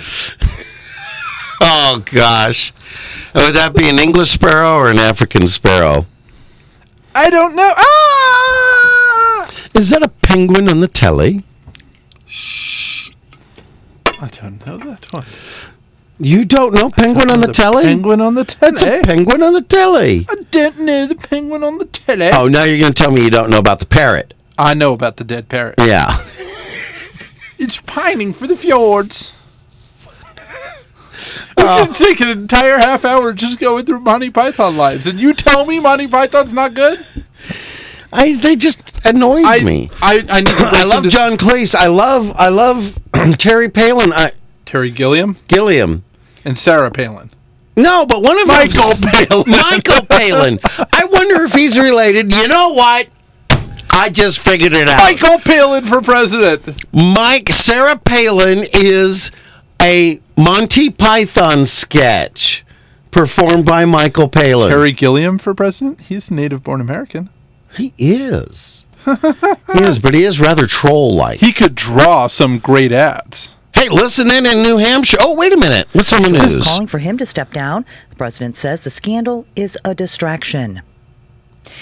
Oh gosh, Oh, would that be an English sparrow or an African sparrow? I don't know. Ah! Is that a penguin on the telly? I don't know that one. You don't know penguin on the There's a telly? Penguin Eh? on the That's telly. a penguin on the telly. I don't know the penguin on the telly. [LAUGHS] Oh, now you're going to tell me you don't know about the parrot? I know about the dead parrot. Yeah. It's pining for the fjords. We can take an entire half hour just going through Monty Python lives, and you tell me Monty Python's not good? I they just annoyed I me. I, I, need [COUGHS] to I love John John Cleese. I love I love [CLEARS THROAT] Terry Palin. I, Terry Gilliam Gilliam. and Sarah Palin. No, but one of Michael them's- [LAUGHS] Michael Palin. I wonder if he's related. You know what? I just figured it out. Michael Palin for president. Mike Sarah Palin is a Monty Python sketch performed by Michael Palin. Terry Gilliam for president. He's native born American. He is. [LAUGHS] he is, but he is rather troll like. He could draw some great ads. Hey, listen in in New Hampshire. Oh, wait a minute. What's on the Is news? calling for him to step down. The president says the scandal is a distraction.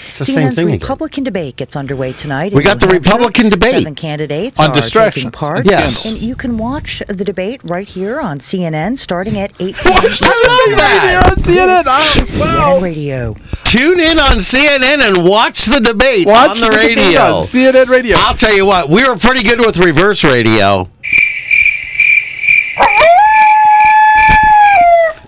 It's the CNN's Republican debate gets underway tonight. in We got New the Hampshire. Republican debate. Seven candidates On are distractions taking part. and Yes. and scandals. you can watch the debate right here on CNN starting at 8 p.m. Watch the debate here on CNN. This is Oh, wow. CNN Radio. Tune in on CNN and watch the debate Watch on the, debate radio. on CNN radio. I'll tell you what, we were pretty good with reverse radio.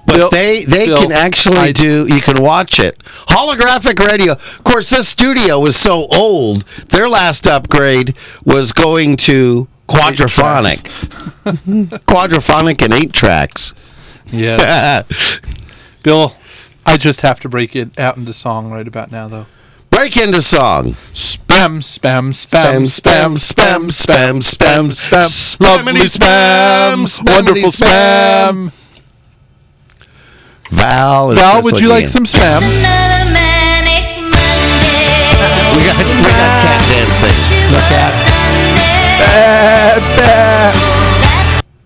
But Bill- they they Bill, can actually I- do you can watch it. Holographic radio. Of course, this studio was so old. Their last upgrade was going to quadraphonic. [LAUGHS] quadraphonic and eight tracks. Yes. [LAUGHS] Bill, I just have to break it out into song right about now, though. [LAUGHS] Break into song. Spam, spam, spam, Spam, spam, spam, spam, spam, spam. Lovely Spammity spam, spam, wonderful spammity spam. spam. Val, is Val, just would you looking like in. some spam? Another manic Monday. We got, we got cat dancing. No cat.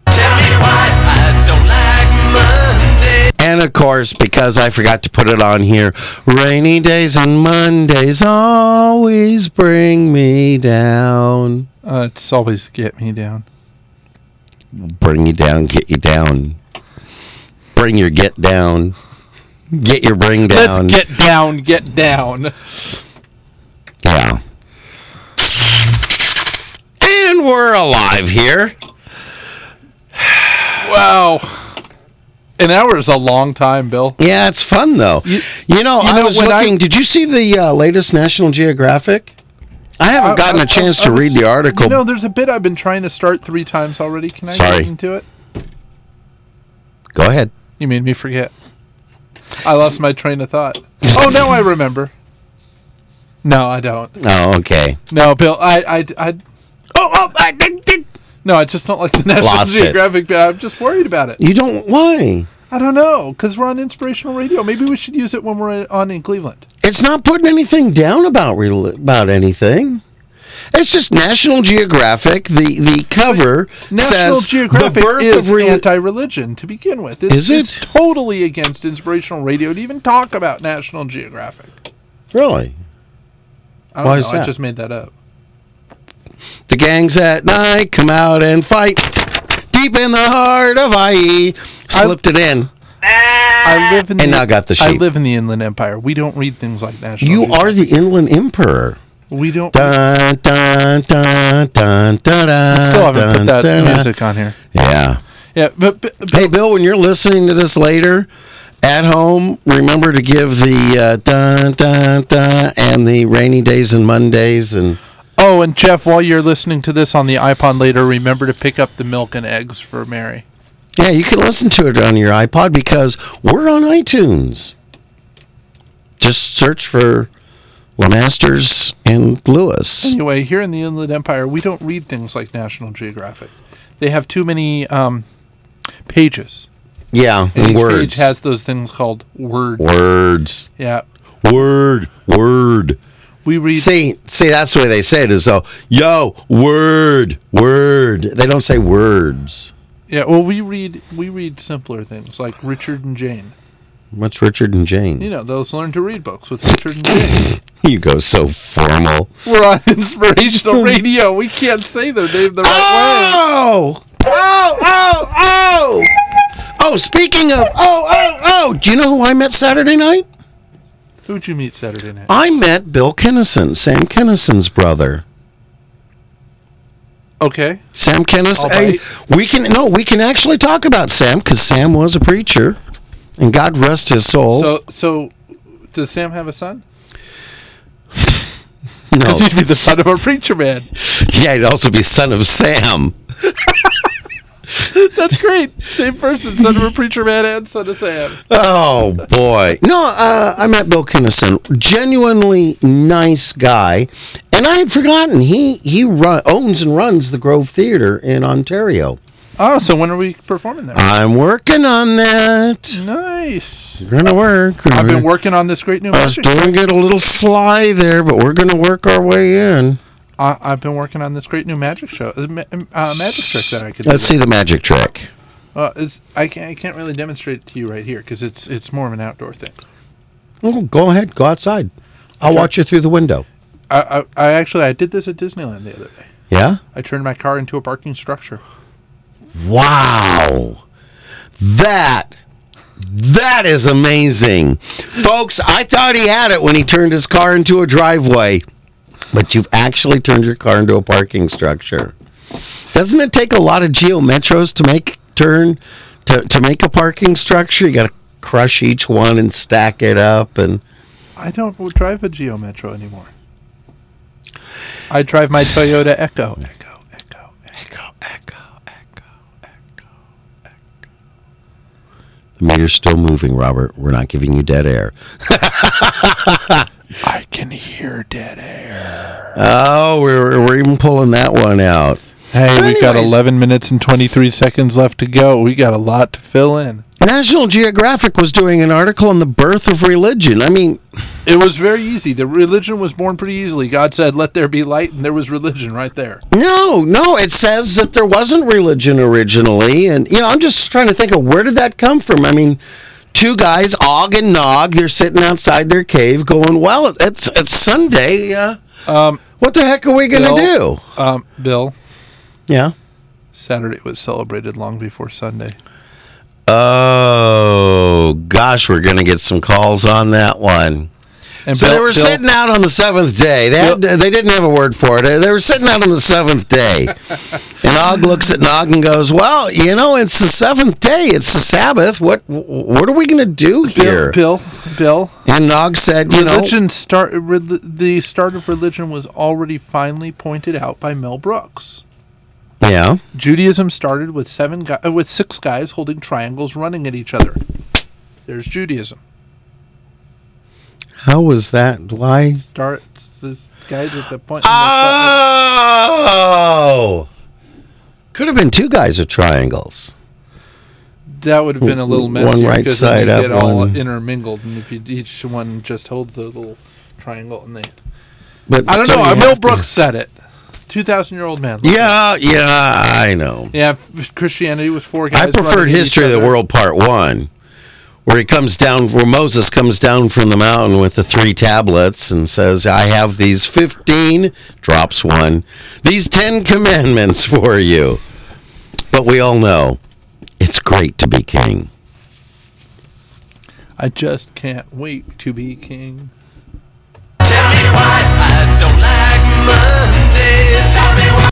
Tell me why I don't like Monday. And of course, because I forgot to put it on here, rainy days and Mondays always bring me down. Uh, it's always get me down. Bring you down, get you down. Bring your get down. Get your bring down. Let's get down, get down. Yeah. And we're alive here. Wow. An hour is a long time, Bill. Yeah, it's fun though. You, You- know, you I know, was when I- looking. did you see the uh, latest National Geographic? Uh, I haven't gotten a chance to read the article. You know, there's a bit I've been trying to start three times already. Can I Sorry. get into it? Go ahead. You made me forget. I lost my train of [LAUGHS] thought. Oh, now I remember. No, I don't. Oh, okay. No, Bill, I, I, I Oh, oh, I did, did. no, I just don't like the [LAUGHS] National Lost it. Geographic. But I'm just worried about it. You don't. Why? I don't know because we're on inspirational radio. Maybe we should use it when we're on in Cleveland. It's not putting anything down about real, about anything. It's just National Geographic. The the cover National says the Geographic birth is of real. anti-religion to begin with. It's, Is it? It's totally against inspirational radio to even talk about National Geographic. really, I don't Why know. is I that? just made that up. the gangs at night come out and fight deep in the heart of IE. Slipped it in I live in and the, now got the I sheep. live in the Inland Empire. We don't read things like National. you Geographic. are the Inland Emperor. We don't. Dun, dun, dun, dun, dun, we dun, still haven't put dun, that dun, dun. music on here. Yeah. Yeah, but, but, but Hey, Bill, when you're listening to this later at home, remember to give the uh, dun, dun, dun, and the rainy days and Mondays and oh, and Jeff, while you're listening to this on the iPod later, remember to pick up the milk and eggs for Mary. yeah, you can listen to it on your iPod because we're on iTunes. Just search for Lemasters and Lewis. Anyway, here in the Inland Empire, we don't read things like National Geographic. They have too many um, pages. Yeah, and each words. page has those things called words. words. Yeah. Word. Word. We read. See, see, that's the way they say it is though. Yo, word, word. They don't say words. Yeah. Well, we read. We read simpler things like Richard and Jane. What's Richard and Jane? You know, those learn to read books with Richard and Jane. You go so formal. We're on [LAUGHS] [LAUGHS] inspirational radio. We can't say their name the right way. Oh! Oh! Oh! Oh! Oh! Speaking of oh oh oh, do you know who I met Saturday night? Who'd you meet Saturday night? I met Bill Kennison, Sam Kennison's brother. Okay. Sam Kennison. All right. Hey, we can no, we can actually talk about Sam because Sam was a preacher, and God rest his soul. So so, does Sam have a son? [LAUGHS] no. Because he'd be the son of a preacher man. Yeah, he'd also be son of Sam. That's great. Same person, son of a preacher man and son of Sam. Oh boy! No, uh, I met Bill Kinnison. Genuinely nice guy, and I had forgotten he he run, owns and runs the Grove Theater in Ontario. Oh, so when are we performing there? I'm working on that. nice. We're gonna work. I've been Uh, working on this great new I was music. doing it a little sly there, but we're gonna work our way in. I, I've been working on this great new magic show, uh, ma- uh, magic trick that I could. Let's do. see the magic trick. Uh, it's, I can't. I can't really demonstrate it to you right here because it's it's more of an outdoor thing. Oh, go ahead, go outside. I'll watch you through the window. I, I, I actually I did this at Disneyland the other day. Yeah. I turned my car into a parking structure. Wow. That that is amazing. Folks, I thought he had it when he turned his car into a driveway, but you've actually turned your car into a parking structure. Doesn't it take a lot of Geo Metros to make turn to, to make a parking structure? You got to crush each one and stack it up and I don't w- drive a Geo Metro anymore. I drive my Toyota Echo. Echo. Echo. echo echo echo echo. The meter's still moving, Robert. We're not giving you dead air. I can hear dead air. Oh, we're, we're even pulling that one out. Hey, So we got anyways- 11 minutes and 23 seconds left to go. We got a lot to fill in. National Geographic was doing an article on the birth of religion. I mean, It was very easy. The religion was born pretty easily. God said, "Let there be light," and there was religion right there. no, no, it says that there wasn't religion originally. And, you know, I'm just trying to think of where did that come from? I mean, two guys, Og and Nog, they're sitting outside their cave going, well, it's, it's Sunday. Uh, Um, what the heck are we going to Bill? do? um, Bill, Yeah. Saturday was celebrated long before Sunday. Oh, gosh, we're going to get some calls on that one. And So Bill, they were Bill- sitting out on the seventh day. They had, they didn't have a word for it. They were sitting out on the [LAUGHS] seventh day, and Og looks at Nog and goes, "Well, you know, it's the seventh day. It's the Sabbath. What what are we going to do here?" Bill, Bill, Bill. and Nog said, "You know, Religion start. Rel- the start of religion was already finely pointed out by Mel Brooks. yeah, Judaism started with seven gu- uh, with six guys holding triangles running at each other. There's Judaism. how was that? Why?" Starts the guys at the point. Uh, Oh, could have been two guys with triangles. That would have been a little One messier right because then side you up, get all one- intermingled, and if you, each one just holds the little triangle, and they But I don't still know. you uh, Mel have to- Brooks said it. Two thousand year old man. Yeah, yeah, I know. yeah. f- Christianity was four guys. I preferred running at each History of the other. World Part One, where he comes down, where Moses comes down from the mountain with the three tablets and says, "I have these fifteen, drops one, these ten commandments for you." But we all know it's great to be king. I just can't wait to be king. Tell me why I don't like Mondays. Tell me why.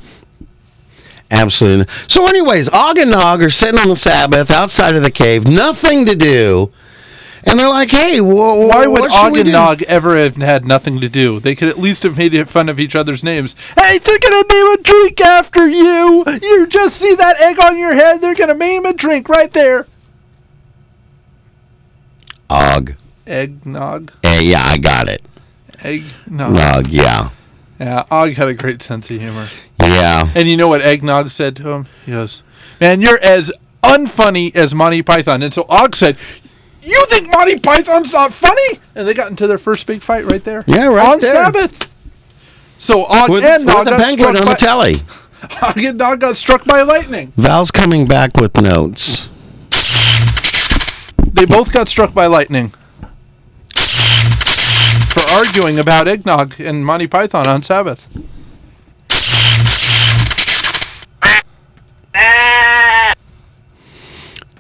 Absolutely. So, anyways, Og and Nog are sitting on the Sabbath outside of the cave, nothing to do, and they're like, "Hey, wh- wh- Why would what should Og we and do?" Nog ever have had nothing to do? They could at least have made fun of each other's names. Hey, they're gonna name a drink after you. You just see that egg on your head. They're gonna name a drink right there. Og? Eggnog. Eh, yeah, I got it. Egg? No. Nog, yeah. Yeah, Og had a great sense of humor. Yeah. And you know what Eggnog said to him? He goes, Man, you're as unfunny as Monty Python. And so Og said, You think Monty Python's not funny? And they got into their first big fight right there. Yeah, right On there. Sabbath. So Og With, and with Nog the got penguin struck on by, the telly. [LAUGHS] Og and Nog got struck by lightning. Val's coming back with notes. They both got struck by lightning. For arguing about eggnog and Monty Python on Sabbath.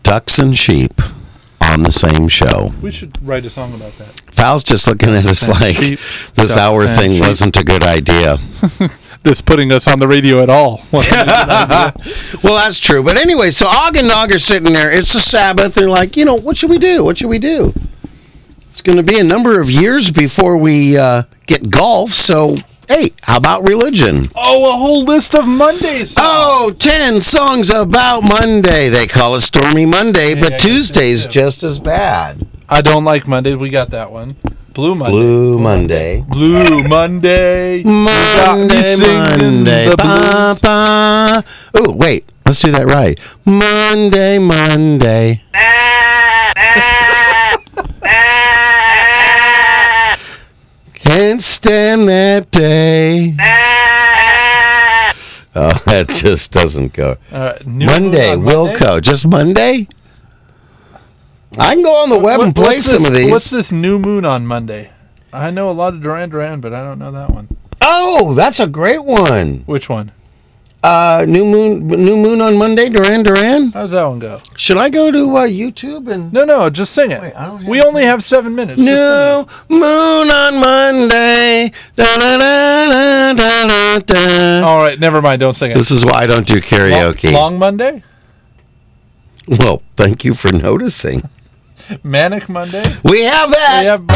Ducks and sheep on the same show. We should write a song about that. Val's just looking at us and like sheep. this Ducks hour and thing sheep. wasn't a good idea. That's putting us on the radio at [LAUGHS] all. [LAUGHS] Oh, Well, that's true. But anyway, so Og and Nog are sitting there. It's the Sabbath. They're like, you know, what should we do? What should we do? It's going to be a number of years before we uh, get golf. So, hey, how about religion? oh, a whole list of Mondays. Oh, 10 songs about Monday. They call it Stormy Monday, I but guess they Tuesday's do. just as bad. I don't like Mondays. We got that one. Blue Monday. Blue Monday. Blue, Monday. you got me Monday, singing Monday. the Ba, blues. ba. Oh, wait. Let's do that right. Monday, Monday. Can't stand that day. Oh, [LAUGHS] that just doesn't go. All right, new moon Monday, on Wilco. Just Monday? I can go on the web What- and play what's some this- of these. What's this new moon on Monday? I know a lot of Duran Duran, but I don't know that one. Oh, that's a great one. Which one? Uh, new moon, new moon on Monday. Duran Duran. How's that one go? Should I go to uh, YouTube and? No, no, just sing it. Wait, I don't have we only have seven minutes. Just sing it. New moon on Monday. Da, da, da, da, da, da, da. All right, never mind. Don't sing it. This is why I don't do Long- karaoke. Oh, Long Monday? Well, thank you for noticing. Manic Monday? We have that. We have- uh,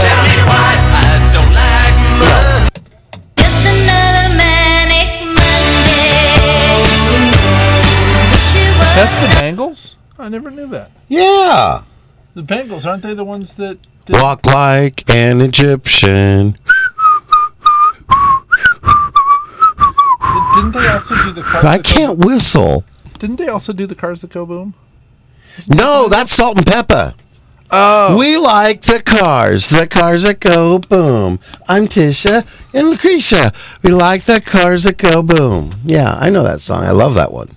Just another manic Monday. Wish you were That's the Bangles? I never knew that. Yeah. The Bangles, aren't they the ones that. that Walk like an Egyptian. Didn't they also do the cars? But I that go- can't whistle. Didn't they also do the cars that go boom? No, that's salt and pepper. Oh, We like the cars, the cars that go boom. I'm Tisha and Lucretia. We like the cars that go boom. Yeah, I know that song. I love that one.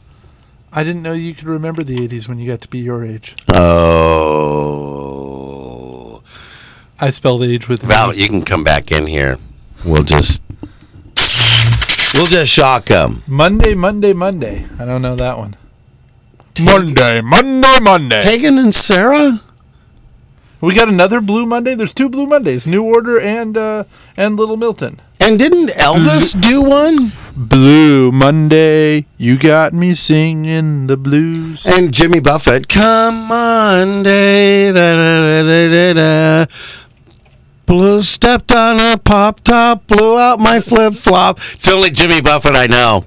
I didn't know you could remember the '80s when you got to be your age. Oh. I spelled age with an Val, E. you can come back in here. We'll just. We'll just shock them. Monday, Monday, Monday. I don't know that one. Monday, Monday, Monday. Pagan and Sarah? we got another Blue Monday. There's two Blue Mondays: New Order and uh, and Little Milton. And didn't Elvis do one? Blue Monday, you got me singing the blues. And Jimmy Buffett, come Monday, da da da da da da. Blue stepped on a pop top, blew out my flip flop. It's only Jimmy Buffett I know.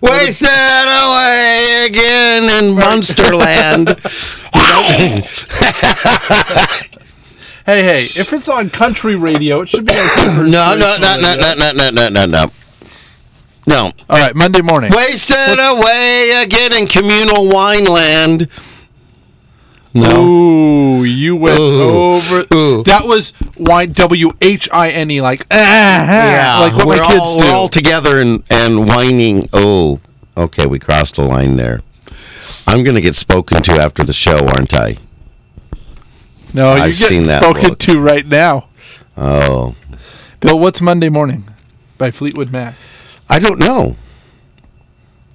Wasted away again in [LAUGHS] Monsterland. Hey, hey! If it's on country radio, it should be [COUGHS] on. no, country no, no, no, radio. no, no, no, no, no, no. No. All right, Monday morning. Wasted away again in communal wineland. No. Ooh, you went Ooh. over. Ooh. That was wine W H I N E, like ah, Yeah, like what we're my kids all, do. We're all together and, and whining. Oh, okay, we crossed the line there. I'm going to get spoken to after the show, aren't I? no, you're I've getting seen that spoken look. to right now. Oh, Bill, what's Monday morning by Fleetwood Mac? I don't know.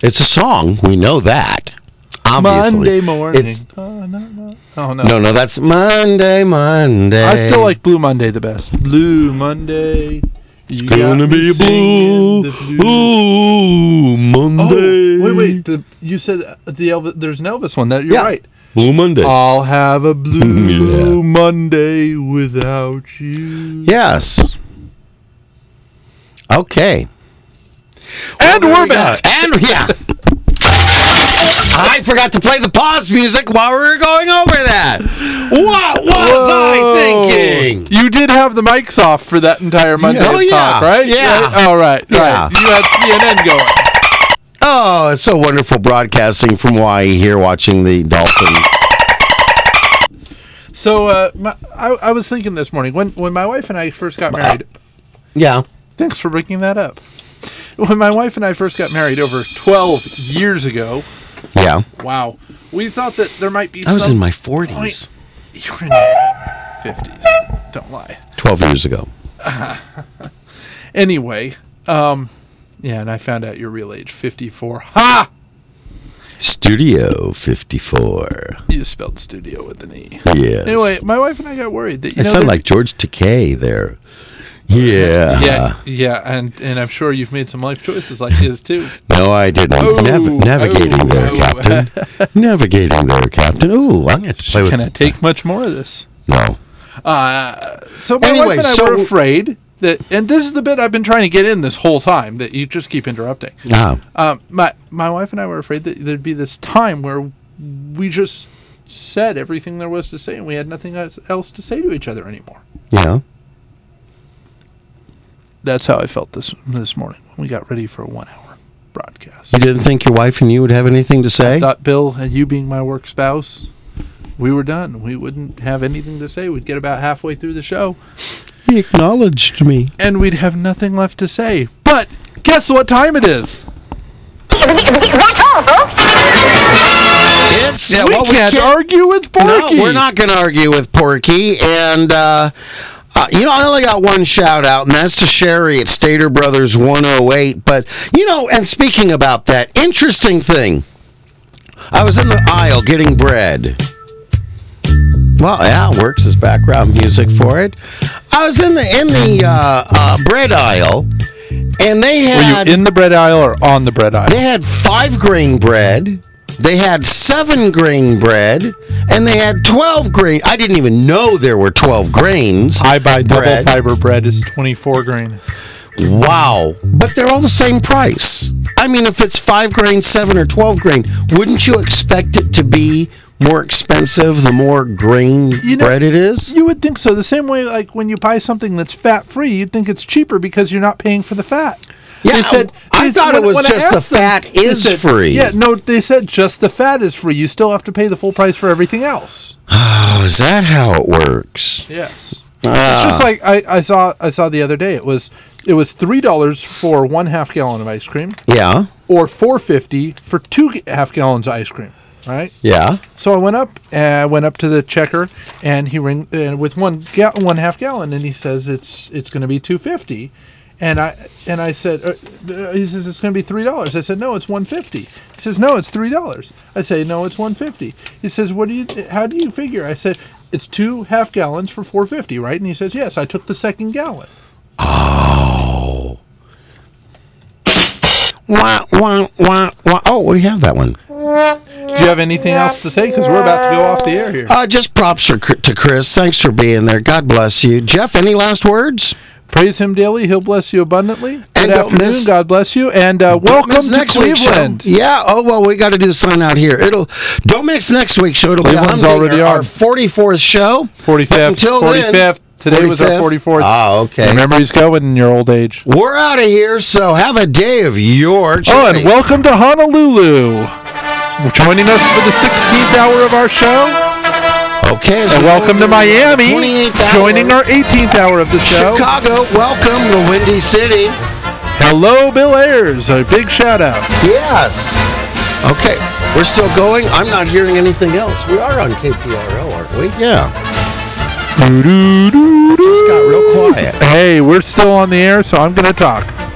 It's a song. We know that. Obviously. Monday morning. It's- Oh no, no. Oh, no. no, no, that's Monday, Monday. I still like Blue Monday the best. Blue Monday. It's Gonna be blue. Ooh, Oh, Monday. wait, wait. The, you said uh, the Elvis, there's an Elvis one. That you're Yeah. right. Blue Monday. I'll have [LAUGHS] a blue Yeah. Monday without you. Yes. Okay. And we're Yeah, back. and yeah. I forgot to play the pause music while we were going over that. What was I thinking? You did have the mics off for that entire Monday Oh, of yeah. talk, right? Yeah. Right? All right. Yeah. Right. You had CNN going. Oh, it's so wonderful broadcasting from Hawaii here watching the Dolphins. So uh, my, I, I was thinking this morning when when my wife and I first got married. Yeah. Thanks for bringing that up. When my wife and I first got married over 12 years ago, Yeah. wow, we thought that there might be I was some in my 40s You were in your 50s. Don't lie. 12 years ago. Anyway, um, yeah, and I found out your real age, 54. Ha! Studio 54. You spelled studio with an E. Yes. Anyway, my wife and I got worried that you I know, sound there- like George Takei there. Yeah. yeah, yeah, and and I'm sure you've made some life choices like his too. No, I didn't. Oh, Nav- navigating oh, there, oh. Captain. navigating there, Captain. Ooh, I'm going to play with Can I take much more of this? No. Uh, so my Anyway, wife and I so- were afraid that, and this is the bit I've been trying to get in this whole time that you just keep interrupting. Ah. Um, my my wife and I were afraid that there'd be this time where we just said everything there was to say, and we had nothing else- else to say to each other anymore. Yeah. That's how I felt this this morning when we got ready for a one hour broadcast. You didn't think your wife and you would have anything to say? Thought Bill and you being my work spouse, we were done. We wouldn't have anything to say. We'd get about halfway through the show, He acknowledged me. and we'd have nothing left to say. But guess what time it is? It's yeah, we, well, can't, argue with Porky. No, we're not going to argue with Porky. And, uh, uh, you know, I only got one shout out, and that's to Sherry at Stater Brothers 108. But, you know, and speaking about that, interesting thing. I was in the aisle getting bread. Well, yeah, it works as background music for it. I was in the in the uh, uh, bread aisle, and they Were had you in the bread aisle or on the bread aisle? They had five grain bread. They had seven grain bread, and they had twelve grain. I didn't even know there were twelve grains. I buy double bread. fiber bread is 24 grain. Wow! But they're all the same price. I mean, if it's five grain, seven, or twelve grain, wouldn't you expect it to be more expensive the more grain You know- bread it is? You would think so. The same way, like when you buy something that's fat free, you'd think it's cheaper because you're not paying for the fat. Yeah, They said- I they- thought it when- was when I just the asked them, fat they is said- free. Yeah, no, they said just the fat is free. You still have to pay the full price for everything else. Oh, is that how it works? Yes. Ah. It's just like I, I saw I saw the other day. It was it was three dollars for one half gallon of ice cream, Yeah, or four fifty for two g- half gallons of ice cream. Right. yeah. So I went up, uh, went up to the checker, and he ring uh, with one ga- one half gallon, and he says it's it's going to be two fifty, and I and I said uh, uh, he says it's going to be three dollars. I said no, it's one fifty. He says no, it's three dollars. I say no, it's one fifty. He says what do you how do you figure? I said it's two half gallons for four fifty, right? And he says yes. I took the second gallon. Wah, wah, wah, wah. Oh, we have that one. Do you have anything else to say? Because we're about to go off the air here. Uh, just props for, to Chris. Thanks for being there. God bless you. Jeff, any last words? Praise him daily; he'll bless you abundantly. Good don't afternoon, uh, miss- God bless you, and uh, welcome Miss to week's show. Cleveland. Yeah. Oh, well, we got to do the sign out here. It'll Don't miss next week's show. It'll Cleveland's be on already our, on. 44th show. Forty But fifth. until Forty then- fifth. Today was our 45th. forty fourth. Ah, okay. Memories go in your old age. We're out of here, so have a day of your choice. Oh, and welcome to Honolulu. Joining us for the sixteenth hour of our show, okay. so and welcome to we'll do the Miami. 28th hour. Joining our eighteenth hour of the show. Chicago, welcome to Windy City. Hello, Bill Ayers. A big shout out. Yes. Okay, we're still going. I'm not hearing anything else. We are on KPRO, aren't we? Yeah. Just got real quiet. Hey, we're still on the air, so I'm going to talk.